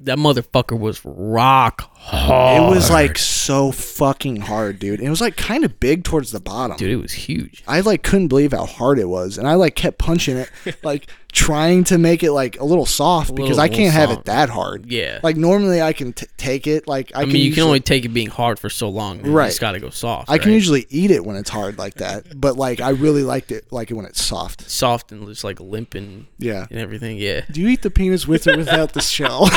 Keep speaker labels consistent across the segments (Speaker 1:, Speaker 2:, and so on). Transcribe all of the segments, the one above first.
Speaker 1: that motherfucker was rock
Speaker 2: It
Speaker 1: hard.
Speaker 2: was like so fucking hard, dude. It was like kind of big towards the bottom.
Speaker 1: dude, it was huge.
Speaker 2: I like couldn't believe how hard it was, and I like kept punching it, like trying to make it like a little soft because
Speaker 1: little-
Speaker 2: I can't
Speaker 1: little
Speaker 2: have
Speaker 1: soft.
Speaker 2: it that hard.
Speaker 1: Yeah.
Speaker 2: Like normally I can t- take it. Like I,
Speaker 1: I,
Speaker 2: can
Speaker 1: mean, you can
Speaker 2: usually-
Speaker 1: only take it being hard for so long. Man.
Speaker 2: Right.
Speaker 1: It's got to go soft.
Speaker 2: I can
Speaker 1: right?
Speaker 2: usually eat it when it's hard like that, but like I really liked it like it when it's soft.
Speaker 1: soft and just like limp and,
Speaker 2: Yeah.
Speaker 1: and everything. Yeah.
Speaker 2: Do you eat the penis with or without the shell?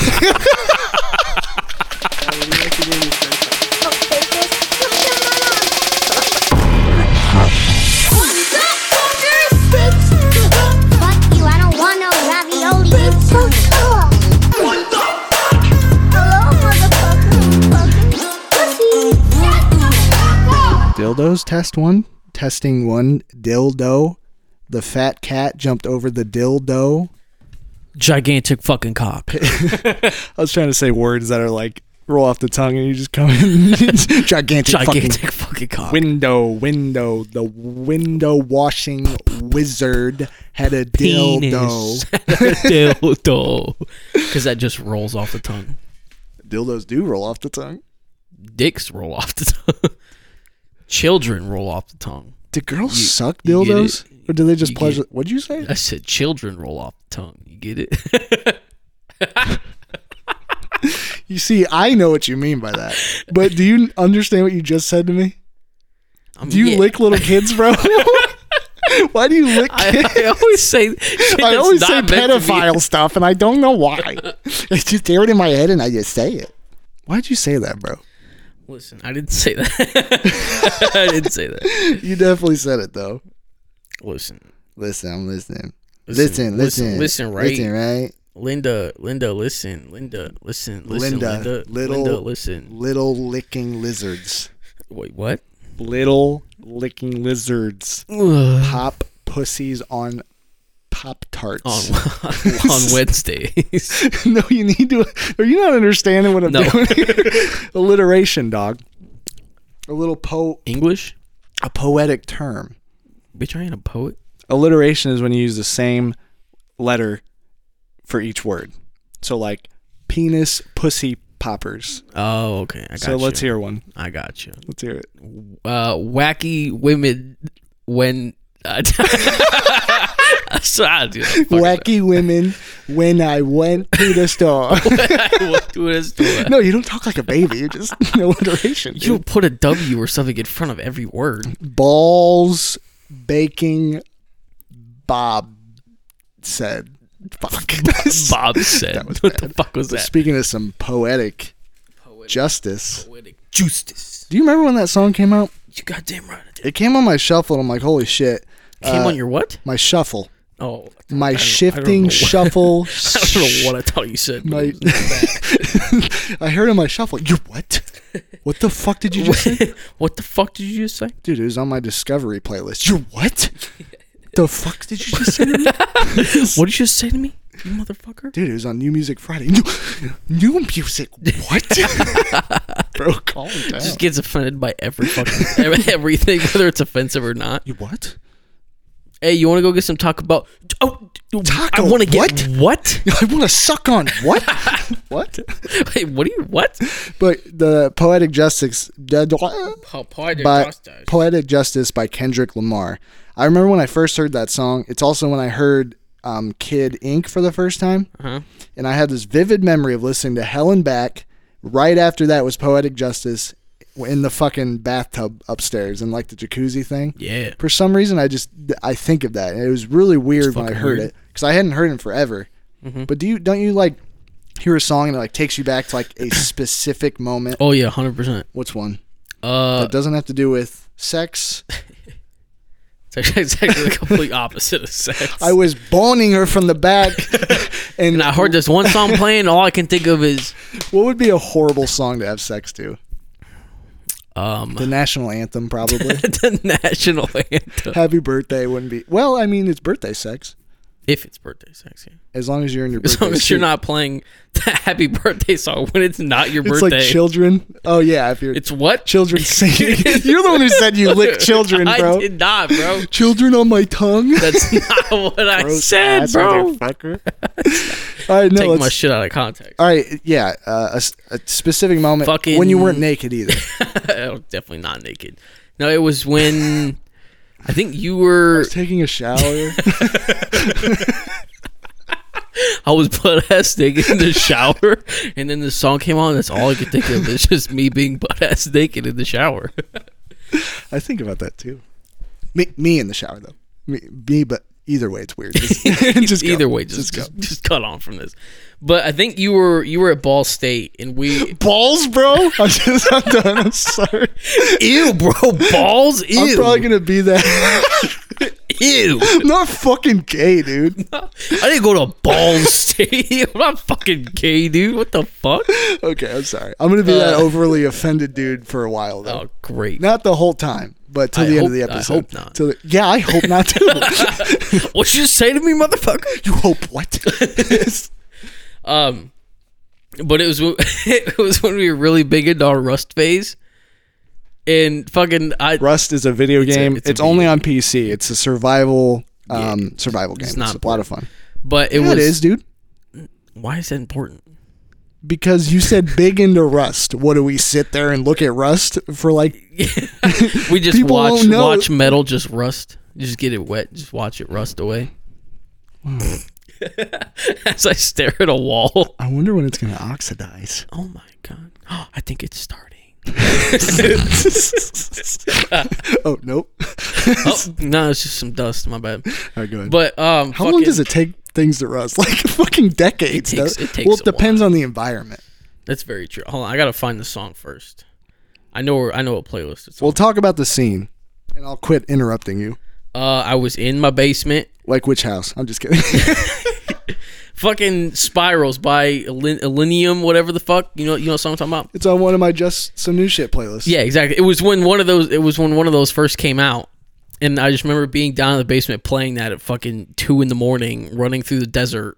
Speaker 3: Fuck you, I don't want no ravioli. It's so cool. Hello, motherfucker. Pussy. Shut the fuck up.
Speaker 2: Dildos test one. Testing one dildo. The fat cat jumped over the dildo.
Speaker 1: Gigantic fucking cock.
Speaker 2: I was trying to say words that are like roll off the tongue and you just come in gigantic, fucking
Speaker 1: Gigantic fucking cock.
Speaker 2: window window the window washing wizard had a
Speaker 1: Penis.
Speaker 2: dildo
Speaker 1: dildo. Because that just rolls off the tongue.
Speaker 2: dildos do roll off the tongue
Speaker 1: Dicks roll off the tongue. Children roll off the tongue.
Speaker 2: do girls suck
Speaker 1: you get
Speaker 2: dildos or do they just
Speaker 1: You
Speaker 2: pleasure
Speaker 1: get-
Speaker 2: what'd you say
Speaker 1: I said children roll off the tongue. You get it?
Speaker 2: you see i know what you mean by that but do you understand what you just said to me
Speaker 1: I mean,
Speaker 2: do you
Speaker 1: yeah.
Speaker 2: lick little kids bro why do you lick kids
Speaker 1: I, I always say. Shit
Speaker 2: I
Speaker 1: that's
Speaker 2: always
Speaker 1: not
Speaker 2: say
Speaker 1: meant to be-
Speaker 2: pedophile stuff, and I don't know why. it's just there in my head, and I just say it. Why'd you say that, bro?
Speaker 1: Listen, I didn't say that. I didn't say that.
Speaker 2: You definitely said it though.
Speaker 1: Listen,
Speaker 2: Listen, I'm listening.
Speaker 1: Listen,
Speaker 2: Listen, listen,
Speaker 1: listen, listen, right?
Speaker 2: listen, right?
Speaker 1: Linda, Linda, listen, Linda, listen, listen,
Speaker 2: Linda,
Speaker 1: Linda, Linda,
Speaker 2: little-
Speaker 1: listen.
Speaker 2: Little licking lizards.
Speaker 1: Wait, what?
Speaker 2: Little licking lizards. Pop pussies on pop tarts.
Speaker 1: On on Wednesdays.
Speaker 2: no, you need to. Are you not understanding what I'm
Speaker 1: No.
Speaker 2: doing? Here? Alliteration, dog. A little po
Speaker 1: English?
Speaker 2: a poetic term.
Speaker 1: Bitch, I ain't a poet.
Speaker 2: alliteration is when you use the same letter for each word. So like penis, pussy, poppers.
Speaker 1: Oh, okay. I got
Speaker 2: So
Speaker 1: you.
Speaker 2: let's hear one.
Speaker 1: I got you.
Speaker 2: Let's hear it.
Speaker 1: Uh, wacky women when. I so I do that. Fuck it.
Speaker 2: Wacky women when I went to the store.
Speaker 1: I walked through this door.
Speaker 2: no, you don't talk like a baby. You just alliteration.
Speaker 1: You
Speaker 2: dude.
Speaker 1: put a W or something in front of every word.
Speaker 2: balls baking Bob said. Fuck.
Speaker 1: Bob said.
Speaker 2: That was
Speaker 1: what
Speaker 2: bad.
Speaker 1: the fuck was
Speaker 2: But
Speaker 1: that?
Speaker 2: Speaking of some poetic justice.
Speaker 1: Poetic justice.
Speaker 2: Do you remember when that song came out?
Speaker 1: You goddamn right. I did.
Speaker 2: It came on my shuffle and I'm like, holy shit.
Speaker 1: Came
Speaker 2: Uh,
Speaker 1: on your what?
Speaker 2: my shuffle,
Speaker 1: Oh,
Speaker 2: my
Speaker 1: know
Speaker 2: shifting
Speaker 1: what-
Speaker 2: shuffle.
Speaker 1: I don't know what I thought you said. but
Speaker 2: my,
Speaker 1: it was
Speaker 2: I heard on my shuffle. You what? What the fuck did you just say,
Speaker 1: bad. what the fuck did you just say?
Speaker 2: dude? It was on my discovery playlist. You what? The fuck did you just say, to me?
Speaker 1: What did you just say to me, you motherfucker?
Speaker 2: dude? It was on New Music Friday. New, new music. What? Bro, calm down.
Speaker 1: Just gets offended by every fucking ev- everything, whether it's offensive or not.
Speaker 2: you what?
Speaker 1: Hey, you want to go get some Taco Bell? Oh, dude,
Speaker 2: Taco
Speaker 1: I want to
Speaker 2: what?
Speaker 1: get what?
Speaker 2: I want to suck on what? what?
Speaker 1: Wait, what do you what?
Speaker 2: But the poetic justice. the- by Poetic Justice by Kendrick Lamar. I remember when I first heard that song. It's also when I heard um, Kid Ink for the first time.
Speaker 1: Uh-huh.
Speaker 2: And I had this vivid memory of listening to Helen Back. Right after that was Poetic Justice in the fucking bathtub upstairs and like the jacuzzi thing.
Speaker 1: Yeah.
Speaker 2: For some reason, I just I think of that, and it was really weird when I
Speaker 1: fucking
Speaker 2: heard
Speaker 1: weird. Mm-hmm.
Speaker 2: it because I hadn't heard it in forever. But do you don't you like hear a song and it like takes you back to like a specific moment?
Speaker 1: Oh yeah, hundred percent.
Speaker 2: What's one?
Speaker 1: Uh,
Speaker 2: It doesn't have to do with sex.
Speaker 1: it's actually- it's actually the complete opposite of sex.
Speaker 2: I was boning her from the back. and
Speaker 1: and I heard this one song playing. All I can think of is
Speaker 2: what would be a horrible song to have sex to?
Speaker 1: um
Speaker 2: The national anthem, probably.
Speaker 1: the national anthem.
Speaker 2: Happy birthday wouldn't be. Well, I mean, it's birthday sex.
Speaker 1: If it's birthday sex, yeah.
Speaker 2: As long as you're in your
Speaker 1: As
Speaker 2: birthday
Speaker 1: long as you're
Speaker 2: suit.
Speaker 1: not playing the happy birthday song when it's not your
Speaker 2: It's
Speaker 1: birthday.
Speaker 2: like children. Oh yeah, if you're
Speaker 1: It's what?
Speaker 2: children singing. you're the one who said you lick children,
Speaker 1: I
Speaker 2: bro.
Speaker 1: did not, bro.
Speaker 2: Children on my tongue.
Speaker 1: That's not what I
Speaker 2: Gross
Speaker 1: said,
Speaker 2: ass
Speaker 1: bro.
Speaker 2: motherfucker. All right, no,
Speaker 1: Take
Speaker 2: let's,
Speaker 1: my shit out of context.
Speaker 2: all right, yeah, uh, a s- a, specific moment
Speaker 1: Fucking-
Speaker 2: when you weren't naked either.
Speaker 1: Oh, definitely not naked. No, it was when I think you were.
Speaker 2: Taking a shower.
Speaker 1: I was butt ass naked in the shower, and then the song came on. That's all I could think of. It's just me being butt ass naked in the shower.
Speaker 2: I think about that too. Me, me in the shower though. Me, me but either way, it's weird. Just, just go.
Speaker 1: Either way, just
Speaker 2: go.
Speaker 1: just, just cut on from this. But I think you were you were at Ball State, and we
Speaker 2: balls, bro. I'm just, I'm done. I'm sorry.
Speaker 1: ew, bro, balls, ew,
Speaker 2: I'm probably gonna be that.
Speaker 1: ew.
Speaker 2: I'm not fucking gay, dude.
Speaker 1: I didn't go to Ball State. I'm not fucking gay, dude. What the fuck?
Speaker 2: Okay, I'm sorry. I'm gonna be that overly offended dude for a while though.
Speaker 1: Uh, Oh, great.
Speaker 2: Not the whole time, but till
Speaker 1: I
Speaker 2: the end of
Speaker 1: hope-
Speaker 2: the
Speaker 1: I
Speaker 2: episode.
Speaker 1: hope not.
Speaker 2: Till the- yeah, I hope not too.
Speaker 1: What you say to me, motherfucker?
Speaker 2: you hope what?
Speaker 1: Um, but it was when- it was when we were really big into our Rust phase, and fucking I
Speaker 2: Rust is a video
Speaker 1: a-
Speaker 2: game. It's,
Speaker 1: it's a
Speaker 2: only
Speaker 1: video
Speaker 2: on PC. It's a survival um survival game. It's,
Speaker 1: not
Speaker 2: a lot of fun.
Speaker 1: but it
Speaker 2: Yeah,
Speaker 1: was
Speaker 2: it is, dude.
Speaker 1: why is that important?
Speaker 2: Because you said big into Rust. What do we sit there and look at Rust for like
Speaker 1: We just
Speaker 2: People
Speaker 1: watch
Speaker 2: won't know.
Speaker 1: watch metal just rust, You just get it wet, just watch it rust away. As I stare at a wall.
Speaker 2: I wonder when it's gonna oxidize.
Speaker 1: Oh my god! I think it's starting.
Speaker 2: Oh nope.
Speaker 1: Oh no, it's just some dust. My bad.
Speaker 2: All right, go ahead.
Speaker 1: But um,
Speaker 2: How long
Speaker 1: fucking-
Speaker 2: does it take things to rust? Like fucking decades.
Speaker 1: It takes-
Speaker 2: does-
Speaker 1: it takes
Speaker 2: well, it
Speaker 1: a while.
Speaker 2: depends on the environment.
Speaker 1: That's very true. Hold on, I gotta find the song first. I know where I know what playlist it's on.
Speaker 2: We'll talk about the scene, and I'll quit interrupting you.
Speaker 1: Uh, I was in my basement.
Speaker 2: Like which house? I'm just kidding.
Speaker 1: Fucking spirals by Alin- Illenium, whatever the fuck. You know, you know what song I'm talking about.
Speaker 2: it's on one of my just some new shit playlists.
Speaker 1: Yeah, exactly. It was when one of those. It was when one of those first came out, and I just remember being down in the basement playing that at fucking two in the morning, running through the desert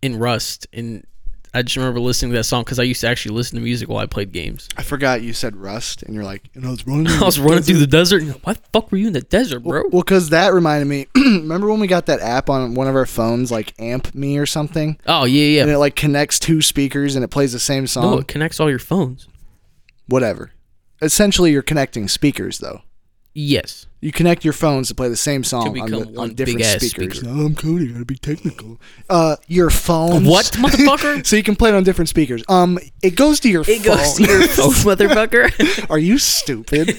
Speaker 1: in rust, and I just remember listening to that song because I used to actually listen to music while I played games.
Speaker 2: I forgot you said rust, and you're like, and I was running.
Speaker 1: I was running through the desert. And why the fuck were you in the desert, Oh, bro?
Speaker 2: Well, because that reminded me. remember when we got that app on one of our phones, like Amp Me or something,
Speaker 1: Oh yeah,
Speaker 2: and
Speaker 1: yeah.
Speaker 2: it like connects two speakers and it plays the same song.
Speaker 1: Oh, it connects all your phones.
Speaker 2: Whatever. Essentially, you're connecting speakers though.
Speaker 1: Yes.
Speaker 2: You connect your phones to play the same song on,
Speaker 1: become
Speaker 2: the,
Speaker 1: one
Speaker 2: on different
Speaker 1: big-ass
Speaker 2: speakers.
Speaker 1: speaker.
Speaker 2: No, I'm Cody. Gotta be technical. Uh, your phone.
Speaker 1: What, motherfucker?
Speaker 2: so you can play it on different speakers. Um, it goes to your phone.
Speaker 1: phone, motherfucker.
Speaker 2: Are you stupid?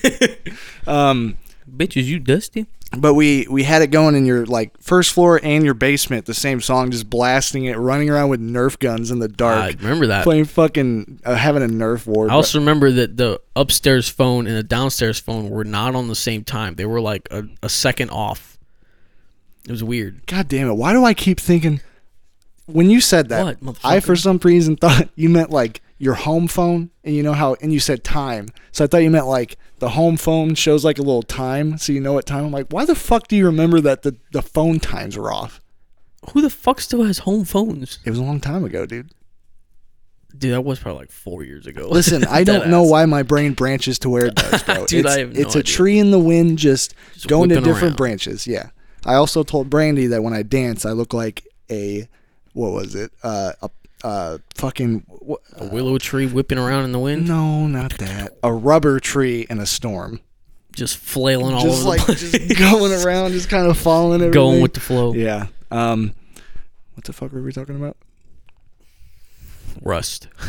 Speaker 2: um,
Speaker 1: Bitch, is you dusty?
Speaker 2: but we we had it going in your like first floor and your basement. The same song, just blasting it, running around with Nerf guns in the
Speaker 1: I
Speaker 2: dark,
Speaker 1: remember that.
Speaker 2: playing fucking uh, having a Nerf war.
Speaker 1: I also remember that the upstairs phone and the downstairs phone were not on the same time. They were like a, a second off. It was weird.
Speaker 2: God damn it! Why do I keep thinking? When you said that,
Speaker 1: What, motherfucker?
Speaker 2: I for some reason thought you meant like your home phone, and you know how, and you said time, so I thought you meant like the home phone shows like a little time, so you know what time. I'm like, why the fuck do you remember that the the phone times were off?
Speaker 1: Who the fuck still has home phones?
Speaker 2: It was a long time ago, dude.
Speaker 1: Dude, that was probably like four years ago.
Speaker 2: Listen, I don't
Speaker 1: Deadass.
Speaker 2: know why my brain branches to where it does, bro.
Speaker 1: Dude,
Speaker 2: it's
Speaker 1: I have no
Speaker 2: it's a
Speaker 1: idea.
Speaker 2: tree in the wind just, going to
Speaker 1: whipping
Speaker 2: different
Speaker 1: around.
Speaker 2: branches. Yeah. I also told Brandy that when I dance, I look like a what was it? Uh, a uh, fucking wh-
Speaker 1: A willow tree whipping around in the wind,
Speaker 2: no, not that. A rubber tree in a storm.
Speaker 1: just flailing all
Speaker 2: Just
Speaker 1: over
Speaker 2: like
Speaker 1: the place.
Speaker 2: just going around, just kind of falling. Everything.
Speaker 1: Going with the flow.
Speaker 2: yeah. Um, what the fuck were we talking about?
Speaker 1: Rust.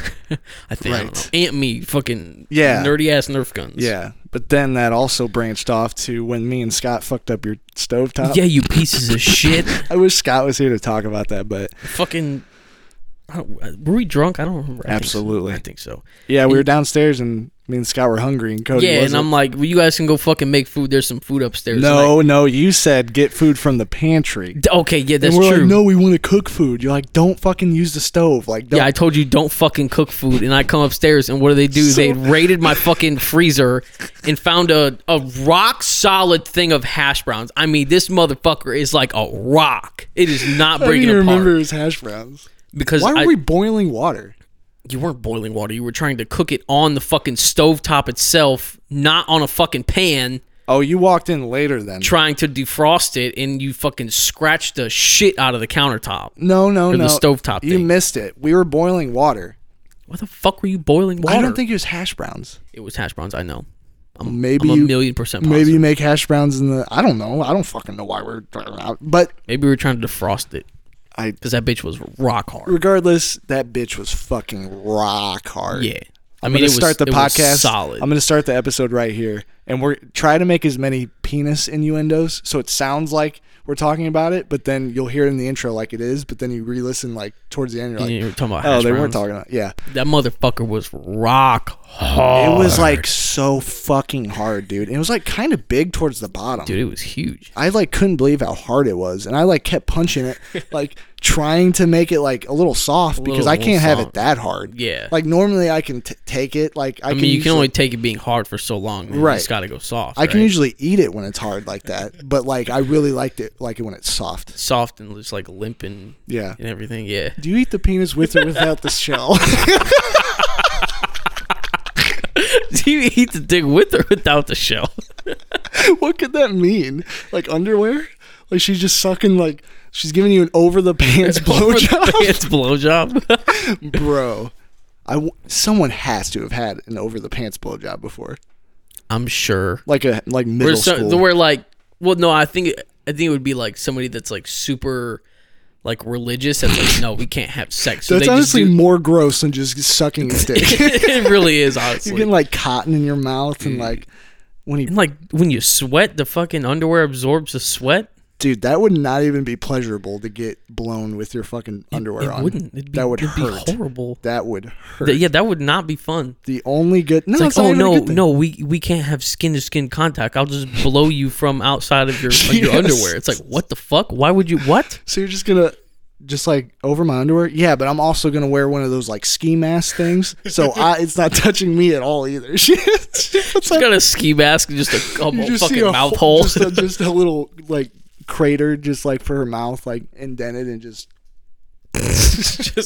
Speaker 1: I think. I
Speaker 2: Right.
Speaker 1: don't know. Ant me fucking
Speaker 2: Yeah.
Speaker 1: nerdy ass Nerf guns.
Speaker 2: Yeah, but then that also branched off to when me and Scott fucked up your stovetop.
Speaker 1: Yeah, you pieces of shit.
Speaker 2: I wish Scott was here to talk about that, but
Speaker 1: fucking. I don't, were we drunk? I don't remember. I think so.
Speaker 2: Absolutely.
Speaker 1: I think so.
Speaker 2: Yeah, we were downstairs and Me and Scott were hungry, and Cody
Speaker 1: yeah,
Speaker 2: wasn't.
Speaker 1: and I'm like, well, you guys can go fucking make food. There's some food upstairs.
Speaker 2: no, no, you said get food from the pantry.
Speaker 1: And I- okay, yeah, that's
Speaker 2: and we're
Speaker 1: true.
Speaker 2: like, no, we want to cook food. You're like, don't fucking use the stove. Like, don't.
Speaker 1: Yeah, I told you don't fucking cook food, and I come upstairs, and what do they do? they raided my fucking freezer and found a, a rock solid thing of hash browns. I mean, this motherfucker is like a rock. It is not
Speaker 2: I didn't
Speaker 1: breaking
Speaker 2: even
Speaker 1: apart
Speaker 2: remember his hash browns.
Speaker 1: because
Speaker 2: Why were
Speaker 1: I,
Speaker 2: we boiling water?
Speaker 1: you weren't boiling water. You were trying to cook it on the fucking stovetop itself, not on a fucking pan.
Speaker 2: Oh, you walked in later then.
Speaker 1: Trying to defrost it, and you fucking scratched the shit out of the countertop.
Speaker 2: no, no,
Speaker 1: Or
Speaker 2: no.
Speaker 1: the stovetop
Speaker 2: You
Speaker 1: thing.
Speaker 2: missed it. We were boiling water.
Speaker 1: Why the fuck were you boiling water?
Speaker 2: I don't think it was hash browns.
Speaker 1: it was hash browns. I know. I'm,
Speaker 2: Maybe
Speaker 1: I'm a
Speaker 2: you-
Speaker 1: million percent. Positive.
Speaker 2: Maybe you make hash browns in the. I don't know. I don't fucking know why we're. But
Speaker 1: Maybe we were trying to defrost it
Speaker 2: I.
Speaker 1: because that bitch was rock hard.
Speaker 2: Regardless, that bitch was fucking rock hard.
Speaker 1: Yeah, I
Speaker 2: I'm
Speaker 1: mean,
Speaker 2: gonna
Speaker 1: it was,
Speaker 2: start the
Speaker 1: it was
Speaker 2: podcast.
Speaker 1: solid.
Speaker 2: I'm gonna start the episode right here, and we're try to make as many penis innuendos so it sounds like we're talking about it, but then you'll hear it in the intro like it is, but then you re-listen like towards the end, you're like,
Speaker 1: You were talking about
Speaker 2: oh,
Speaker 1: hash
Speaker 2: they weren't
Speaker 1: browns.
Speaker 2: talking about yeah.
Speaker 1: That motherfucker was rock hard.
Speaker 2: It was like so fucking hard, dude. And it was like kind of big towards the bottom.
Speaker 1: dude, it was huge.
Speaker 2: I like couldn't believe how hard it was, and I like kept punching it, like trying to make it like a little soft because
Speaker 1: little-
Speaker 2: I can't
Speaker 1: little
Speaker 2: have it
Speaker 1: soft.
Speaker 2: that hard.
Speaker 1: Yeah.
Speaker 2: like normally I can t- take it. Like I,
Speaker 1: I mean, you can
Speaker 2: usually-
Speaker 1: only take it being hard for so long. Man.
Speaker 2: Right.
Speaker 1: it's got to go soft.
Speaker 2: I can
Speaker 1: right?
Speaker 2: usually eat it when it's hard like that, but like I really liked it like it when it's soft.
Speaker 1: soft and just like limp and
Speaker 2: Yeah.
Speaker 1: and everything. Yeah,
Speaker 2: Do you eat the penis with or without the shell?
Speaker 1: do you eat the dick with or without the shell?
Speaker 2: what could that mean? Like underwear? Like she's just sucking like she's giving you an over the pants blowjob,
Speaker 1: it's blowjob.
Speaker 2: bro. I w- someone has to have had an over the pants blowjob before,
Speaker 1: I'm sure.
Speaker 2: like a like middle
Speaker 1: Where so,
Speaker 2: school.
Speaker 1: where like, well, no, I think I think it would be like somebody that's like super, like religious. That's like, no, we can't have sex. So
Speaker 2: That's
Speaker 1: they
Speaker 2: honestly
Speaker 1: just
Speaker 2: more gross than just sucking a dick.
Speaker 1: do, it really is
Speaker 2: You're
Speaker 1: honestly.
Speaker 2: getting like cotton in your mouth
Speaker 1: Mm.
Speaker 2: and like when he
Speaker 1: And, like when you sweat, the fucking underwear absorbs the sweat.
Speaker 2: Dude, that would not even be pleasurable to get blown with your fucking underwear
Speaker 1: It
Speaker 2: on.
Speaker 1: wouldn't. It'd be,
Speaker 2: that would
Speaker 1: it'd
Speaker 2: hurt.
Speaker 1: be horrible.
Speaker 2: That would hurt.
Speaker 1: Th- yeah, that would not be fun.
Speaker 2: the only good. No,
Speaker 1: It's
Speaker 2: it's
Speaker 1: like, oh
Speaker 2: not even a
Speaker 1: no,
Speaker 2: good thing.
Speaker 1: no, we we can't have skin to skin contact. I'll just blow you from outside of your of your
Speaker 2: Yes.
Speaker 1: underwear. It's like, what the fuck? Why would you? What?
Speaker 2: So you're just gonna, just like over my underwear. Yeah, but I'm also gonna wear one of those like ski mask things, so I, it's not touching me at all either. She, she puts
Speaker 1: You
Speaker 2: like,
Speaker 1: got a ski mask and just a, a
Speaker 2: you just see
Speaker 1: fucking
Speaker 2: a
Speaker 1: mouth
Speaker 2: hole-
Speaker 1: hole.
Speaker 2: just a, just a little like crater, just like for her mouth, like indented and just.
Speaker 1: just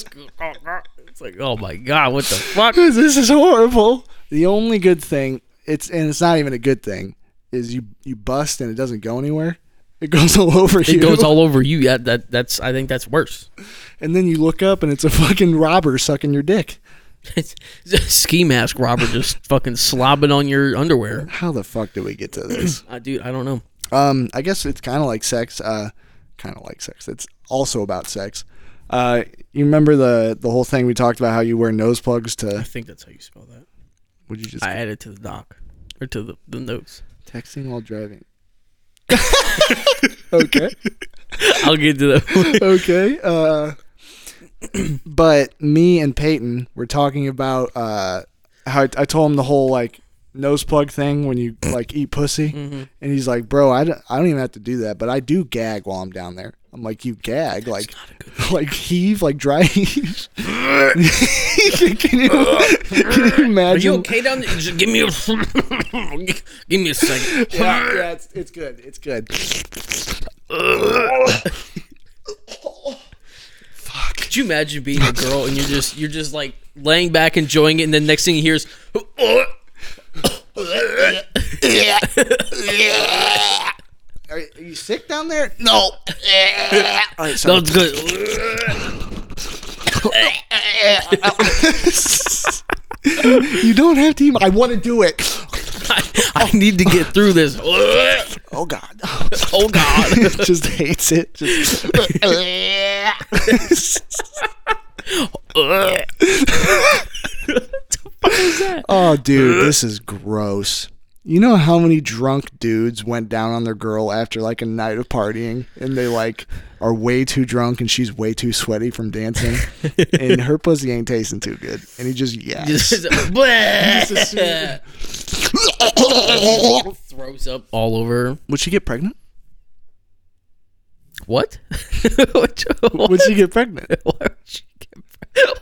Speaker 1: it's like oh my god what the fuck
Speaker 2: this is horrible. The only good thing it's and it's not even a good thing is you you bust and it doesn't go anywhere. It goes all over you.
Speaker 1: it goes all over you yeah that that's i think that's worse
Speaker 2: and then you look up and it's a fucking robber sucking your dick.
Speaker 1: ski mask robber just fucking slobbing on your underwear
Speaker 2: How the fuck did we get to this?
Speaker 1: uh, dude i don't know
Speaker 2: um, I guess it's kind of like sex. Uh, kind of like sex. It's also about sex. Uh, you remember the the whole thing we talked about how you wear nose plugs to?
Speaker 1: i think that's how you spell that
Speaker 2: Would you just
Speaker 1: i added to the doc or to the, the notes
Speaker 2: texting while driving? okay.
Speaker 1: i'll get to that
Speaker 2: okay. Uh, but me and Peyton were talking about uh, how I, I told him the whole like nose plug thing when you like eat pussy,
Speaker 1: Mm-hmm.
Speaker 2: and he's like, "Bro, I don't, I don't even have to do that, but I do gag while I'm down there." I'm like, "You gag like like heave like dry heave." can, you, can you
Speaker 1: are you
Speaker 2: imagine?
Speaker 1: okay down there just give me a give me a second
Speaker 2: Yeah, yeah, it's, it's good. It's good.
Speaker 1: could you imagine being a girl and you're just you're just like laying back enjoying it and then next thing you hear is
Speaker 2: Are, are you sick down there? No. All right, so
Speaker 1: Sounds good.
Speaker 2: you don't have to. Even, I want to do it.
Speaker 1: I, I need to get through this.
Speaker 2: Oh God.
Speaker 1: Oh God!
Speaker 2: just hates it. Just oh, dude, this is gross. You know how many drunk dudes went down on their girl after like a night of partying, and they like are way too drunk and she's way too sweaty from dancing, and her pussy ain't tasting too good, and he just yaks.
Speaker 1: Just- bleh. throws up all over.
Speaker 2: Would she get pregnant?
Speaker 1: What?
Speaker 2: Would she get pregnant?
Speaker 1: Why would she get-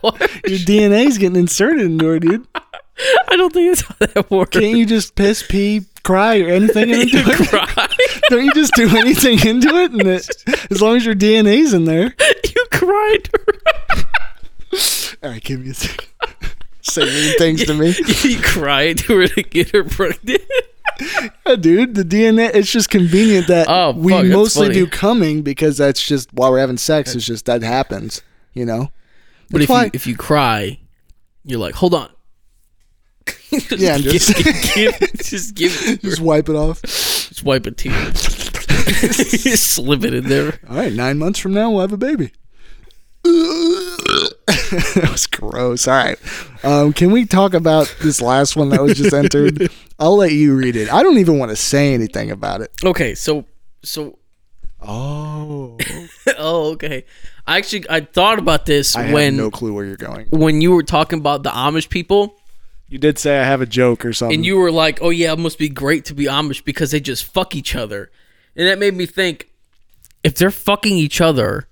Speaker 1: why would
Speaker 2: Your
Speaker 1: she-
Speaker 2: DNA's getting inserted into her, dude.
Speaker 1: I don't think that's how that works.
Speaker 2: Can't you just piss, pee, cry, or anything into it?
Speaker 1: you cry.
Speaker 2: Don't you just do anything into it? And it, as long as your DNA's in there.
Speaker 1: you cried.
Speaker 2: All right, give me a second. Say mean things to me.
Speaker 1: you cried to her to get her pregnant.
Speaker 2: Yeah, dude, the DNA, it's just convenient that
Speaker 1: Oh,
Speaker 2: we
Speaker 1: fuck, that's
Speaker 2: mostly
Speaker 1: funny.
Speaker 2: do coming because that's just while we're having sex, it's just that happens, you know?
Speaker 1: But if
Speaker 2: why-
Speaker 1: you, if you cry, you're like, hold on. just
Speaker 2: Yeah, and just-
Speaker 1: give, give- give- just give it. to her.
Speaker 2: Just wipe it off.
Speaker 1: Just wipe a tear. just slip it in there.
Speaker 2: All right, nine months from now, we'll have a baby. that was gross. All right. Um, can we talk about this last one that was just entered? I'll let you read it. I don't even want to say anything about it.
Speaker 1: Okay, so so
Speaker 2: Oh.
Speaker 1: oh okay. I actually I thought about this
Speaker 2: I
Speaker 1: when
Speaker 2: have no clue where you're going.
Speaker 1: when you were talking about the Amish people
Speaker 2: You did say I have a joke or something.
Speaker 1: and you were like, "Oh yeah, it must be great to be Amish because they just fuck each other," and that made me think, if they're fucking each other,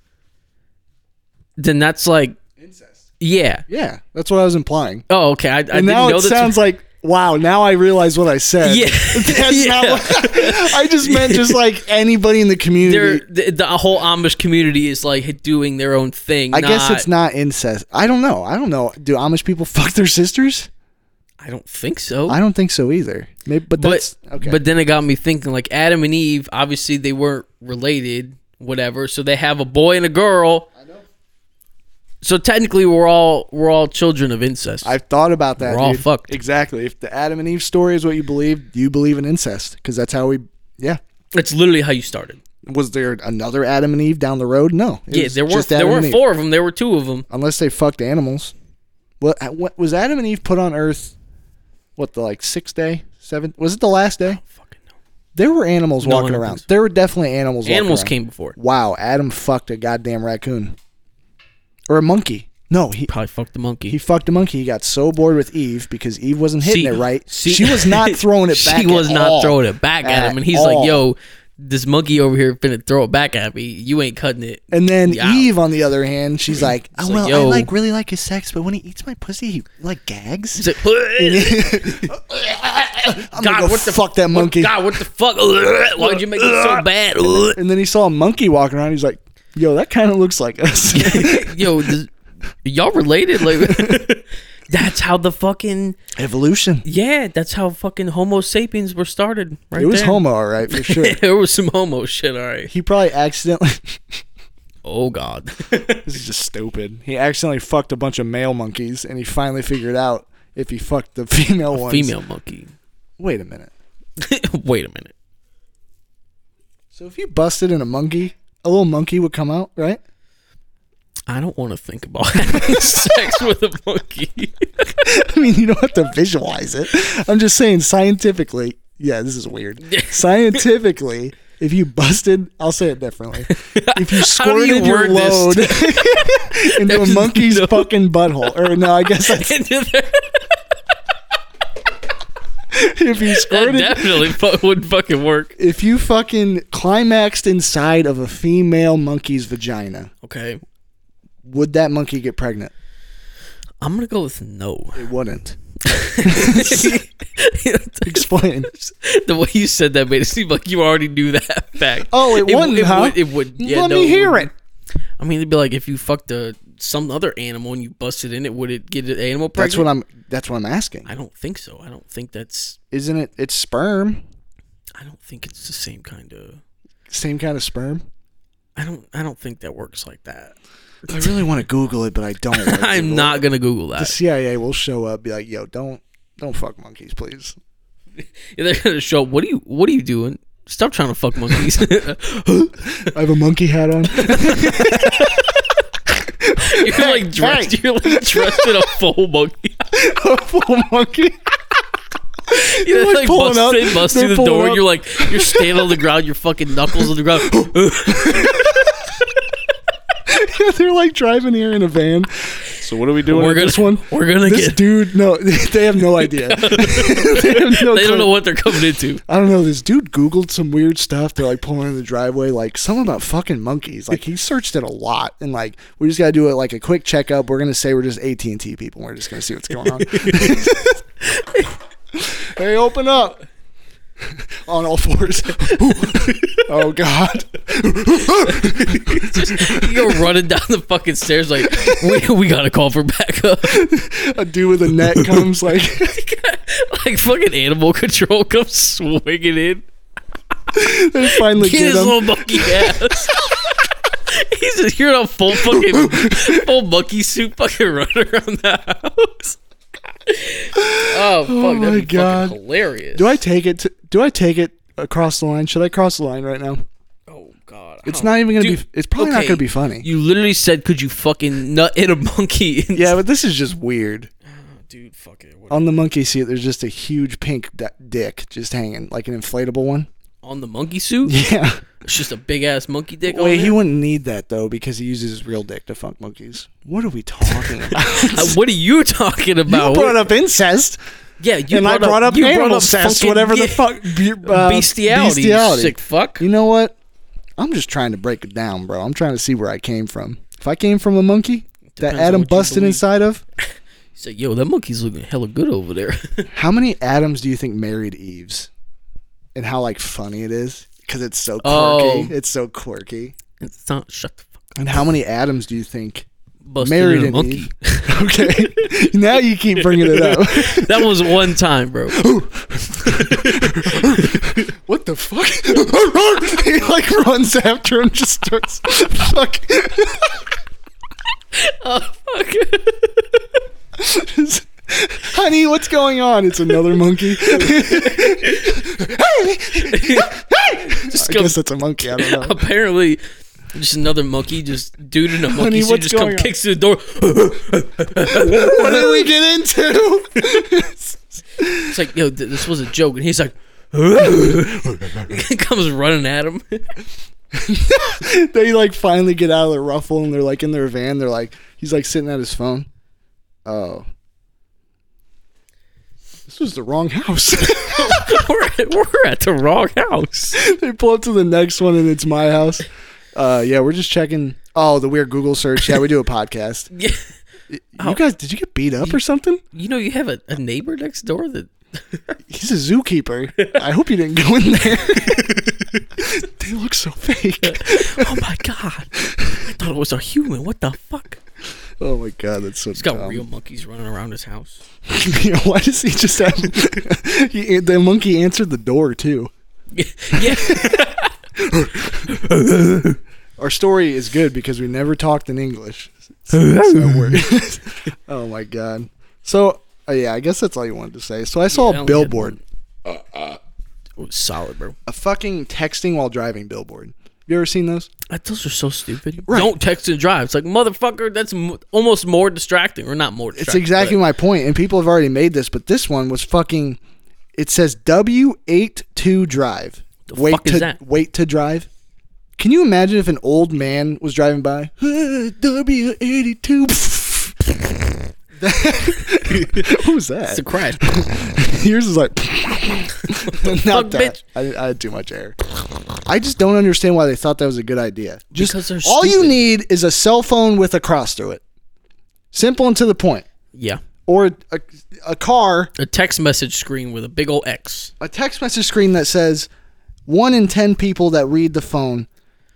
Speaker 1: then that's like incest. Yeah.
Speaker 2: yeah, that's what I was implying.
Speaker 1: Oh, okay. I, I
Speaker 2: And
Speaker 1: didn't
Speaker 2: now
Speaker 1: know
Speaker 2: it
Speaker 1: that.
Speaker 2: sounds like, wow, now I realize what I said.
Speaker 1: Yeah.
Speaker 2: That's not
Speaker 1: Yeah.
Speaker 2: what- I just meant just like anybody in the
Speaker 1: they're,
Speaker 2: community.
Speaker 1: the, the whole Amish community is like doing their own thing.
Speaker 2: I guess it's not incest. I don't know. I don't know. Do Amish people fuck their sisters?
Speaker 1: I don't think so.
Speaker 2: I don't think so either. Maybe, but
Speaker 1: but
Speaker 2: that's okay.
Speaker 1: but then it got me thinking. Like Adam and Eve, obviously they weren't related, whatever. So they have a boy and a girl. I know. So technically, we're all we're all children of incest.
Speaker 2: I've thought about that.
Speaker 1: We're all
Speaker 2: dude.
Speaker 1: fucked.
Speaker 2: Exactly. If the Adam and Eve story is what you believe, you believe in incest because that's how we. Yeah.
Speaker 1: That's literally how you started.
Speaker 2: Was there another Adam and Eve down the road? No. It
Speaker 1: Yeah,
Speaker 2: was
Speaker 1: there weren't
Speaker 2: just
Speaker 1: there
Speaker 2: Adam and
Speaker 1: weren't
Speaker 2: Eve.
Speaker 1: four of them. There were two of them.
Speaker 2: unless they fucked animals. What, what was Adam and Eve put on Earth? What the like sixth day, seventh? Was it the last day?
Speaker 1: Fucking no.
Speaker 2: There were animals
Speaker 1: No, I
Speaker 2: walking
Speaker 1: don't
Speaker 2: around.
Speaker 1: think so.
Speaker 2: There were definitely animals. walking
Speaker 1: Animals
Speaker 2: around.
Speaker 1: came before.
Speaker 2: Wow, Adam fucked a goddamn raccoon or a monkey. No, he
Speaker 1: Probably fucked the monkey.
Speaker 2: he fucked a monkey. He got so bored with Eve because Eve wasn't hitting
Speaker 1: See-
Speaker 2: it right.
Speaker 1: see-
Speaker 2: she was not throwing it back.
Speaker 1: She was
Speaker 2: at
Speaker 1: not
Speaker 2: all.
Speaker 1: throwing it back at, him,
Speaker 2: At
Speaker 1: and he's
Speaker 2: all.
Speaker 1: like, "Yo, this monkey over here finna throw it back at me. You ain't cutting it."
Speaker 2: And then
Speaker 1: Yeah.
Speaker 2: Eve, on the other hand, she's like, "Oh
Speaker 1: like,
Speaker 2: well, I
Speaker 1: yo.
Speaker 2: like really like his sex, but when he eats my pussy, he like gags."
Speaker 1: He's like, "Ugh,
Speaker 2: I'm
Speaker 1: God,
Speaker 2: gonna go
Speaker 1: what the
Speaker 2: fuck that monkey?
Speaker 1: God, what the fuck? Ugh, Why'd you make it so bad? Ugh."
Speaker 2: And then he saw a monkey walking around. He's like, "Yo, that kind of looks like us."
Speaker 1: Yo, this, y'all related? Like, that's how the fucking
Speaker 2: Evolution.
Speaker 1: yeah. That's how fucking Homo sapiens were started. Right
Speaker 2: It was
Speaker 1: there.
Speaker 2: homo, all right, for sure.
Speaker 1: there was some homo shit. All right.
Speaker 2: he probably accidentally.
Speaker 1: Oh God.
Speaker 2: this is just stupid. He accidentally fucked a bunch of male monkeys, and he finally figured out if he fucked the female ones.
Speaker 1: Female monkey.
Speaker 2: Wait a minute.
Speaker 1: Wait a minute.
Speaker 2: So if you busted in a monkey, a little monkey would come out, right?
Speaker 1: I don't want to think about having sex with a monkey.
Speaker 2: I mean, you don't have to visualize it. I'm just saying scientifically. Yeah, this is weird. Scientifically, if you busted, I'll say it differently. If you
Speaker 1: How do you
Speaker 2: squirted your
Speaker 1: word this?
Speaker 2: load into a
Speaker 1: There's
Speaker 2: monkey's
Speaker 1: no-
Speaker 2: fucking butthole, or no, I guess that's if you
Speaker 1: that
Speaker 2: squirted,
Speaker 1: definitely fu- wouldn't fucking work.
Speaker 2: if you fucking climaxed inside of a female monkey's vagina,
Speaker 1: Okay.
Speaker 2: would that monkey get pregnant?
Speaker 1: I'm gonna go with no.
Speaker 2: It wouldn't.
Speaker 1: the
Speaker 2: Explain.
Speaker 1: way you said that made it seem like you already knew that fact.
Speaker 2: Oh, it wouldn't,
Speaker 1: It,
Speaker 2: huh?
Speaker 1: would, it would. Yeah,
Speaker 2: Let
Speaker 1: no,
Speaker 2: me hear
Speaker 1: wouldn't.
Speaker 2: it.
Speaker 1: I mean, it'd be like if you fucked a some other animal and you busted in it, would it get an animal pregnant?
Speaker 2: That's what I'm. That's what I'm asking.
Speaker 1: I don't think so. I don't think that's.
Speaker 2: Isn't it? It's sperm.
Speaker 1: I don't think it's the same kind of.
Speaker 2: Same kind of sperm.
Speaker 1: I don't. I don't think that works like that.
Speaker 2: I really want to Google it, but I don't. wanna
Speaker 1: I'm
Speaker 2: Google
Speaker 1: not gonna Google
Speaker 2: it. The
Speaker 1: that.
Speaker 2: CIA will show up, be like, "Yo, don't, don't fuck monkeys, please."
Speaker 1: They're gonna show. What are you? What are you doing? Stop trying to fuck monkeys.
Speaker 2: I have a monkey hat on.
Speaker 1: You're like dressed. You're like dressed in a full monkey.
Speaker 2: a full monkey.
Speaker 1: You're
Speaker 2: like
Speaker 1: like,
Speaker 2: pulling
Speaker 1: bust,
Speaker 2: up.
Speaker 1: they bust
Speaker 2: They're
Speaker 1: through the
Speaker 2: pulling
Speaker 1: door.
Speaker 2: up.
Speaker 1: You're like you're standing on the ground. Your fucking knuckles on the ground.
Speaker 2: They're like driving here in a van.
Speaker 4: So what are we doing?
Speaker 1: We're
Speaker 4: at
Speaker 1: gonna-
Speaker 4: this one?
Speaker 1: We're gonna
Speaker 2: This
Speaker 1: get.
Speaker 2: dude, no, they have no idea. they have no
Speaker 1: they
Speaker 2: clue.
Speaker 1: don't know what they're coming into.
Speaker 2: I don't know. This dude Googled some weird stuff. They're like pulling in the driveway, like something about fucking monkeys. Like he searched it a lot, and like we just gotta do it like a quick checkup. We're gonna say we're just AT and T people. We're just gonna see what's going on. hey, open up. on all fours. oh God.
Speaker 1: You're running down the fucking stairs like we, we gotta call for backup.
Speaker 2: A dude with a net comes like
Speaker 1: like fucking animal control comes swinging in.
Speaker 2: they finally
Speaker 1: Get
Speaker 2: get
Speaker 1: his little
Speaker 2: him.
Speaker 1: monkey ass. He's just here in a full fucking full monkey suit, fucking running around the house. Oh fuck,
Speaker 2: my
Speaker 1: that'd be
Speaker 2: God.
Speaker 1: fucking hilarious.
Speaker 2: Do I take it? To, do I take it across the line? Should I cross the line right now?
Speaker 1: Oh god, I
Speaker 2: It's
Speaker 1: don't-
Speaker 2: not even gonna
Speaker 1: Dude,
Speaker 2: be. It's probably not
Speaker 1: okay,
Speaker 2: gonna be funny.
Speaker 1: You literally said, "Could you fucking nut in a monkey?" And
Speaker 2: Yeah, but this is just weird.
Speaker 1: dude, fuck it. What-
Speaker 2: On the monkey seat, there's just a huge pink d- dick just hanging, like an inflatable one.
Speaker 1: On the monkey suit,
Speaker 2: Yeah.
Speaker 1: it's just a big ass monkey dick. on
Speaker 2: Wait, he
Speaker 1: there.
Speaker 2: wouldn't need that though because he uses his real dick to fuck monkeys. What are we talking about?
Speaker 1: Uh, what are you talking about?
Speaker 2: you brought up incest,
Speaker 1: yeah, you
Speaker 2: and I brought up
Speaker 1: you
Speaker 2: animal
Speaker 1: brought up
Speaker 2: cest,
Speaker 1: fucking-
Speaker 2: whatever
Speaker 1: yeah,
Speaker 2: the fuck be- uh,
Speaker 1: bestiality, You sick fuck.
Speaker 2: You know what? I'm just trying to break it down, bro. I'm trying to see where I came from. If I came from a monkey that
Speaker 1: Depends on
Speaker 2: Adam
Speaker 1: what you
Speaker 2: busted
Speaker 1: believe.
Speaker 2: inside of,
Speaker 1: So, yo, that monkey's looking hella good over there.
Speaker 2: How many Adams do you think married Eves? And how like funny it is because it's so
Speaker 1: Oh.
Speaker 2: quirky. It's so quirky.
Speaker 1: it's not shut the fuck.
Speaker 2: And how many Adams do you think
Speaker 1: Busted
Speaker 2: married
Speaker 1: in a
Speaker 2: an
Speaker 1: monkey.
Speaker 2: Eve? Okay, now you keep bringing it up.
Speaker 1: that was one time, bro.
Speaker 2: what the fuck? he like runs after him, just starts fuck,
Speaker 1: Fuck.
Speaker 2: honey, what's going on? It's another monkey.
Speaker 1: Just
Speaker 2: I
Speaker 1: come-
Speaker 2: guess that's a monkey. I don't know.
Speaker 1: apparently just another monkey, just dude in a monkey
Speaker 2: Honey,
Speaker 1: suit
Speaker 2: what's
Speaker 1: just come
Speaker 2: going on?
Speaker 1: kicks to the door.
Speaker 2: what did we get into?
Speaker 1: It's like, yo, th- this was a joke, and he's like, comes running at him.
Speaker 2: they like finally get out of the ruffle and they're like in their van. They're like, he's like sitting at his phone. Oh, this was the wrong house.
Speaker 1: we're, at, we're at the wrong house.
Speaker 2: they pull up to the next one and it's my house. Uh, yeah, we're just checking. Oh, the weird Google search. Yeah, we do a podcast.
Speaker 1: Yeah. Oh.
Speaker 2: You guys, did you get beat up or something?
Speaker 1: You know, you have a, a neighbor next door that
Speaker 2: He's a zookeeper. I hope you didn't go in there. they look so fake.
Speaker 1: oh my god i thought it was a human what the fuck
Speaker 2: Oh my god, that's so.
Speaker 1: he's got
Speaker 2: dumb.
Speaker 1: real monkeys running around his house
Speaker 2: Yeah, Why does he just have? he, the monkey answered the door too.
Speaker 1: yeah
Speaker 2: Our story is good because we never talked in English. So that's how it works. oh my god! So uh, yeah, I guess that's all you wanted to say. So I saw
Speaker 1: I only
Speaker 2: a
Speaker 1: had
Speaker 2: billboard,
Speaker 1: one. It was solid bro
Speaker 2: a fucking texting while driving billboard. You ever seen those?
Speaker 1: Uh, those are so stupid don't text and drive it's like motherfucker that's m- almost more distracting or not more distracting,
Speaker 2: It's exactly my point, and people have already made this, but this one was fucking. It says W eight two drive.
Speaker 1: The
Speaker 2: wait
Speaker 1: fuck
Speaker 2: to
Speaker 1: is that?
Speaker 2: wait to drive. Can you imagine if an old man was driving by? W eighty two. What was that?
Speaker 1: it's a crash
Speaker 2: Yours is like
Speaker 1: fuck,
Speaker 2: not that. I, I had too much air. I just don't understand why they thought that was a good idea. Just
Speaker 1: Because they're
Speaker 2: all you
Speaker 1: stupid.
Speaker 2: need is a cell phone with a cross through it. Simple and to the point.
Speaker 1: yeah
Speaker 2: Or a, a car,
Speaker 1: a text message screen with a big old x
Speaker 2: a text message screen that says one in ten people that read the phone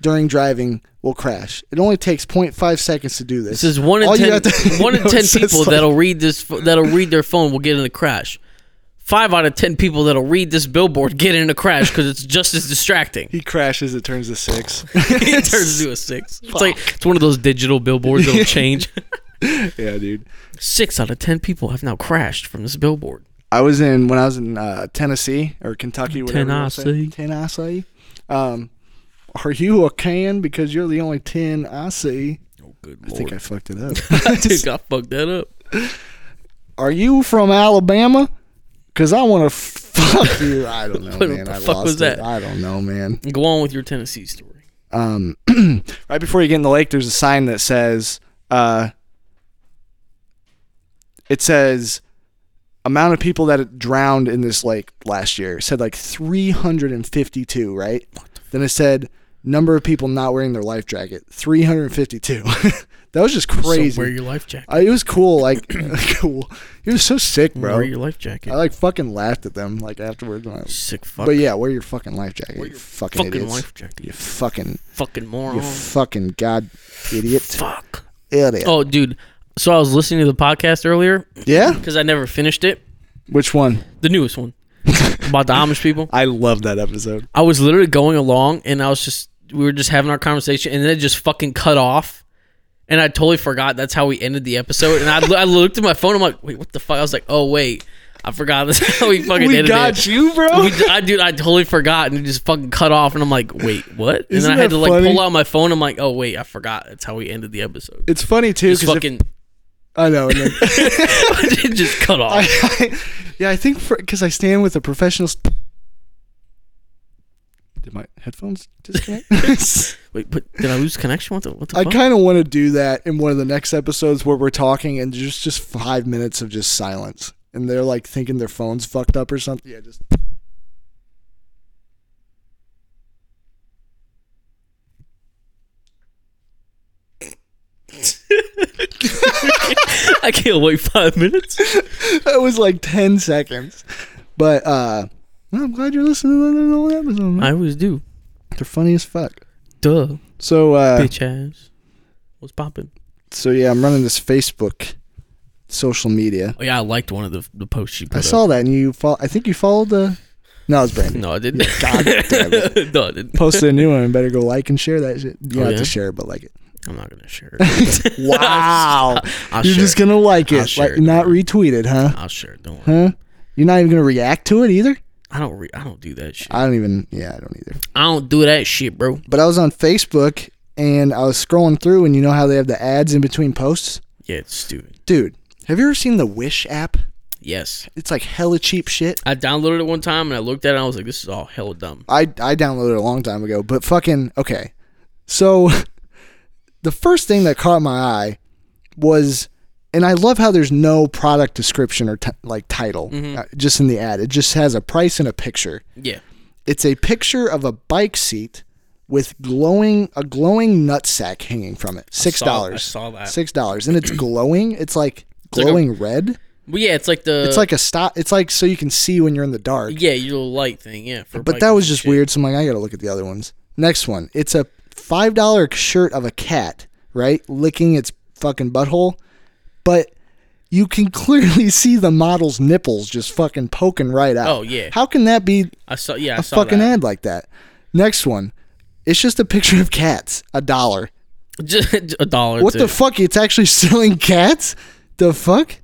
Speaker 2: during driving will crash. It only takes 0.5 seconds to do this.
Speaker 1: this is one in
Speaker 2: All you
Speaker 1: ten.
Speaker 2: have to-
Speaker 1: one in
Speaker 2: No, it
Speaker 1: ten
Speaker 2: says,
Speaker 1: people
Speaker 2: like-
Speaker 1: that'll read this. ph- That'll read their phone will get in a crash. Five out of ten people that'll read this billboard get in a crash because it's just as distracting.
Speaker 2: He crashes. It turns to six.
Speaker 1: it turns into a six. It's like it's one of those digital billboards that'll change.
Speaker 2: yeah, dude.
Speaker 1: six out of ten people have now crashed from this billboard.
Speaker 2: I was in when I was in uh, Tennessee or Kentucky, whatever. you wanna say. Tennessee. Um, are you a can because you're the only ten I see?
Speaker 1: Oh, good
Speaker 2: I think I fucked it up.
Speaker 1: I think I fucked that up.
Speaker 2: are you from Alabama? Because I want to fuck you. I don't know,
Speaker 1: What
Speaker 2: man.
Speaker 1: the
Speaker 2: I
Speaker 1: fuck
Speaker 2: lost
Speaker 1: was
Speaker 2: it.
Speaker 1: that?
Speaker 2: I don't know, man.
Speaker 1: Go on with your Tennessee story.
Speaker 2: um, right before you get in the lake, there's a sign that says, uh, it says, amount of people that drowned in this lake last year. It said like 352, right? Then it said, number of people not wearing their life jacket, 352. that was just crazy.
Speaker 1: So wear your life jacket.
Speaker 2: I, it was cool. Like, cool. It was so sick, bro.
Speaker 1: Wear your life jacket.
Speaker 2: I like fucking laughed at them like afterwards. When I,
Speaker 1: Sick fuck.
Speaker 2: but yeah, wear your fucking life jacket.
Speaker 1: Wear
Speaker 2: you
Speaker 1: your
Speaker 2: fucking,
Speaker 1: fucking
Speaker 2: idiots.
Speaker 1: life jacket.
Speaker 2: You
Speaker 1: You
Speaker 2: fucking,
Speaker 1: fucking moron.
Speaker 2: you fucking god idiot.
Speaker 1: fuck.
Speaker 2: Idiot.
Speaker 1: Oh, dude. So I was listening to the podcast earlier
Speaker 2: Yeah?
Speaker 1: because I never finished it.
Speaker 2: Which one?
Speaker 1: The newest one about the Amish people.
Speaker 2: I love that episode.
Speaker 1: I was literally going along and I was just we were just having our conversation and then it just fucking cut off. And I totally forgot that's how we ended the episode. And I, I looked at my phone. I'm like, wait, what the fuck? I was like, oh wait, I forgot that's how we fucking
Speaker 2: We
Speaker 1: ended
Speaker 2: got
Speaker 1: it.
Speaker 2: you, bro.
Speaker 1: We, I dude, I totally forgot and it just fucking cut off. And I'm like, wait, what? And
Speaker 2: Isn't
Speaker 1: then I had
Speaker 2: that
Speaker 1: to like
Speaker 2: funny?
Speaker 1: pull out my phone. I'm like, oh wait, I forgot that's how we ended the episode.
Speaker 2: it's funny too
Speaker 1: Just
Speaker 2: because
Speaker 1: fucking,
Speaker 2: I know. and then-
Speaker 1: it just cut off.
Speaker 2: yeah, I think because I stand with a professional. s- Did my headphones disconnect?
Speaker 1: wait, but did I lose connection? What the what the
Speaker 2: I
Speaker 1: fuck?
Speaker 2: kind of want to do that in one of the next episodes where we're talking and just just five minutes of just silence, and they're like thinking their phone's fucked up or something. Yeah, just.
Speaker 1: I can't wait five minutes.
Speaker 2: That was like ten seconds, but uh, no, I'm glad you're listening to the whole episode. man.
Speaker 1: I always do.
Speaker 2: They're funny as fuck.
Speaker 1: Duh.
Speaker 2: So uh,
Speaker 1: bitch ass. What's popping?
Speaker 2: so yeah, I'm running this Facebook, social media.
Speaker 1: Oh yeah, I liked one of the the posts she put
Speaker 2: I
Speaker 1: up.
Speaker 2: saw that, and you follow. I think you followed the. No, it's Brandon.
Speaker 1: No, I didn't.
Speaker 2: God damn it.
Speaker 1: no, I didn't.
Speaker 2: Posted a new one. and Better go like and share that shit.
Speaker 1: Oh,
Speaker 2: You don't have
Speaker 1: yeah?
Speaker 2: to share, it, but like it.
Speaker 1: I'm not gonna share it.
Speaker 2: Wow,
Speaker 1: I'll
Speaker 2: you're
Speaker 1: share
Speaker 2: just
Speaker 1: it.
Speaker 2: gonna like
Speaker 1: I'll
Speaker 2: it,
Speaker 1: share
Speaker 2: like
Speaker 1: it.
Speaker 2: not retweet it, huh?
Speaker 1: I'll share it. Don't worry.
Speaker 2: Huh? You're not even gonna react to it either.
Speaker 1: I don't. Re- I don't do that shit.
Speaker 2: I don't even. Yeah, I don't either.
Speaker 1: I don't do that shit, bro.
Speaker 2: But I was on Facebook and I was scrolling through, and you know how they have the ads in between posts,
Speaker 1: Yeah, it's stupid.
Speaker 2: dude. Have you ever seen the Wish app?
Speaker 1: Yes,
Speaker 2: It's like hella cheap shit.
Speaker 1: I downloaded it one time and I looked at it and I was like, "This is all hella dumb."
Speaker 2: I I downloaded it a long time ago, but fucking okay. So the first thing that caught my eye was and I love how there's no product description or t- like title uh, just in the ad. It just has a price and a picture.
Speaker 1: Yeah,
Speaker 2: It's a picture of a bike seat with glowing a glowing nutsack hanging from it. Six
Speaker 1: saw-
Speaker 2: dollars.
Speaker 1: I saw that.
Speaker 2: Six dollars, and it's glowing. It's like
Speaker 1: like a- Uh,
Speaker 2: glowing red.
Speaker 1: but yeah, it's like the.
Speaker 2: It's like a stop. It's like so you can see when you're in the dark.
Speaker 1: yeah, your little light thing. Yeah, for
Speaker 2: But that was just weird. So I'm like, I gotta look at the other ones. Next one. It's a five dollar shirt of a cat, right, licking its fucking butthole, but you can clearly see the model's nipples just fucking poking right out.
Speaker 1: Oh, yeah.
Speaker 2: How can that be
Speaker 1: I saw. Yeah, I
Speaker 2: a
Speaker 1: saw
Speaker 2: fucking
Speaker 1: that.
Speaker 2: ad like that? Next one. It's just a picture of cats. A dollar.
Speaker 1: Just a dollar.
Speaker 2: What
Speaker 1: too.
Speaker 2: the fuck? It's actually selling cats. The fuck?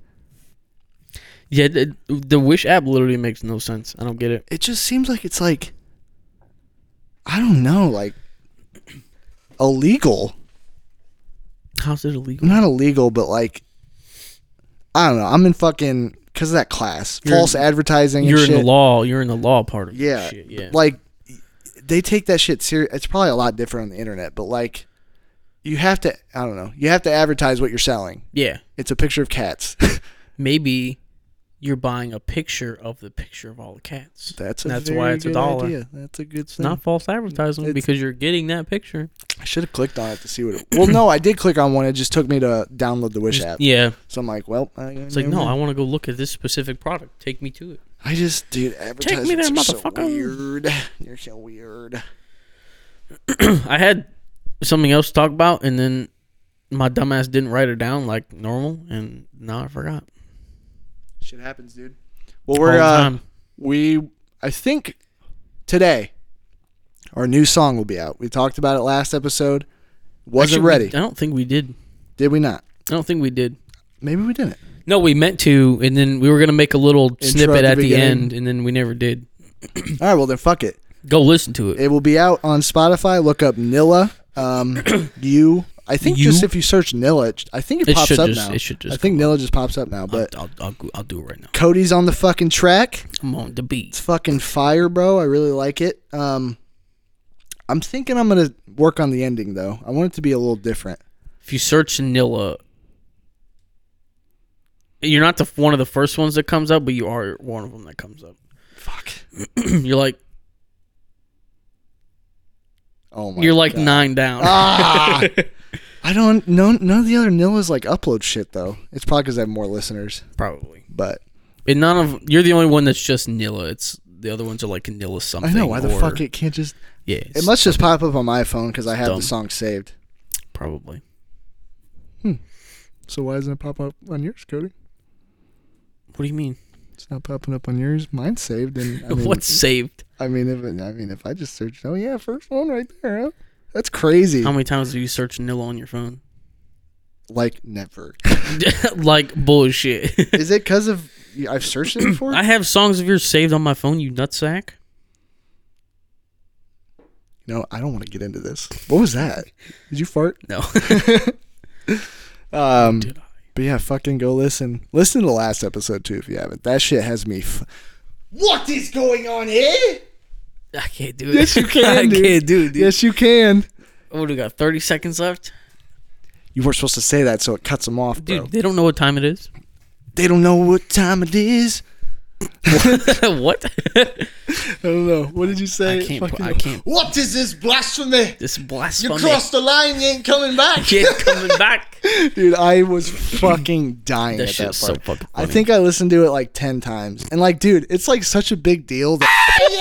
Speaker 1: yeah, the, the Wish app literally makes no sense. I don't get it.
Speaker 2: It just seems like it's like, I don't know, like illegal.
Speaker 1: How's it illegal?
Speaker 2: not illegal, but like, I don't know. I'm in fucking because of that class,
Speaker 1: You're-
Speaker 2: false advertising.
Speaker 1: You're
Speaker 2: and
Speaker 1: in
Speaker 2: shit.
Speaker 1: the law. You're in the law part of
Speaker 2: Yeah,
Speaker 1: this shit. Yeah.
Speaker 2: Like, they take that shit serious. It's probably a lot different on the internet, but like, you have to. I don't know. You have to advertise what you're selling.
Speaker 1: yeah.
Speaker 2: It's a picture of cats.
Speaker 1: Maybe you're buying a picture of the picture of all the cats.
Speaker 2: That's a
Speaker 1: That's
Speaker 2: very
Speaker 1: why it's a
Speaker 2: good
Speaker 1: dollar.
Speaker 2: Idea. That's a good
Speaker 1: It's
Speaker 2: thing.
Speaker 1: not false advertising
Speaker 2: It's-
Speaker 1: because you're getting that picture.
Speaker 2: I should have clicked on it to see what. it Well, no, I did click on one. It just took me to download the Wish app.
Speaker 1: Yeah.
Speaker 2: So I'm like, well, I,
Speaker 1: It's like, no, I want to go look at this specific product. Take me to it.
Speaker 2: I just, dude, advertisements
Speaker 1: there,
Speaker 2: are so
Speaker 1: motherfucker.
Speaker 2: weird. You're so weird.
Speaker 1: I had something else to talk about, and then my dumbass didn't write it down like normal, and now I forgot.
Speaker 2: Shit happens, dude. Well,
Speaker 1: All
Speaker 2: we're
Speaker 1: the
Speaker 2: uh,
Speaker 1: time.
Speaker 2: we I think today our new song will be out. We talked about it last episode. Wasn't
Speaker 1: Actually, we-
Speaker 2: ready,
Speaker 1: I don't think we did.
Speaker 2: did we not?
Speaker 1: I don't think we did.
Speaker 2: Maybe we didn't.
Speaker 1: No, we meant to, and then we were gonna make a little snippet
Speaker 2: at the
Speaker 1: at the
Speaker 2: beginning.
Speaker 1: end, and then we never did.
Speaker 2: All right, well then, fuck it.
Speaker 1: Go listen to it.
Speaker 2: It will be out on Spotify. Look up Nilla. Um, you. I think
Speaker 1: You?
Speaker 2: just if you search Nilla, it- I think it,
Speaker 1: It
Speaker 2: pops
Speaker 1: should
Speaker 2: up
Speaker 1: just-
Speaker 2: now.
Speaker 1: it should just
Speaker 2: I think Nilla just pops up now. But
Speaker 1: I'll, I'll, go- I'll do it right now.
Speaker 2: Cody's on the fucking track.
Speaker 1: I'm on the beat.
Speaker 2: It's fucking fire, bro. I really like it. Um, I'm thinking I'm gonna work on the ending though. I want it to be a little different.
Speaker 1: If you search Nilla, you're not the one of the first ones that comes up, but you are one of them that comes up.
Speaker 2: Fuck.
Speaker 1: you're like
Speaker 2: Oh my.
Speaker 1: you're like
Speaker 2: God.
Speaker 1: nine down.
Speaker 2: Ah! I don't. No, none of the other Nillas like upload shit though. It's probably because I have more listeners.
Speaker 1: Probably.
Speaker 2: But
Speaker 1: And none of you're the only one that's just Nilla. It's the other ones are like Nilla something.
Speaker 2: I know why the
Speaker 1: or-
Speaker 2: fuck it can't just.
Speaker 1: yeah.
Speaker 2: It
Speaker 1: it's
Speaker 2: must just pop up on my phone because I have
Speaker 1: dumb.
Speaker 2: the song saved.
Speaker 1: probably.
Speaker 2: So why doesn't it pop up on yours, Cody?
Speaker 1: What do you mean?
Speaker 2: It's not popping up on yours. Mine's saved, and I mean,
Speaker 1: What's saved?
Speaker 2: I mean, if it, I mean, if I just searched, oh yeah, first one right there. Huh? That's crazy.
Speaker 1: How many times do you search Nilla on your phone?
Speaker 2: like never.
Speaker 1: like bullshit.
Speaker 2: Is it because of I've searched it before?
Speaker 1: I have songs of yours saved on my phone, you nutsack.
Speaker 2: no, I don't want to get into this. What was that? Did you fart?
Speaker 1: No.
Speaker 2: Um,
Speaker 1: Did I?
Speaker 2: But yeah, fucking go listen. Listen to the last episode too if you haven't. That shit has me. F- what is going on here?
Speaker 1: I can't do it.
Speaker 2: Yes, you can.
Speaker 1: I
Speaker 2: dude.
Speaker 1: can't do it, dude.
Speaker 2: Yes, you can.
Speaker 1: What do we got? Thirty seconds left,
Speaker 2: You weren't supposed to say that, so it cuts them off,
Speaker 1: dude.
Speaker 2: bro.
Speaker 1: They don't know what time it is.
Speaker 2: They don't know what time it is.
Speaker 1: what?
Speaker 2: I don't know. What did you say?
Speaker 1: I can't.
Speaker 2: Fucking-
Speaker 1: I can't.
Speaker 2: What is this blasphemy?
Speaker 1: This blasphemy.
Speaker 2: the line, you ain't coming back.
Speaker 1: Kid coming back.
Speaker 2: Dude, I was fucking dying
Speaker 1: That
Speaker 2: at that part.
Speaker 1: shit's so fucking
Speaker 2: I
Speaker 1: funny.
Speaker 2: think I listened to it like ten times, and like, dude, it's like such a big deal that.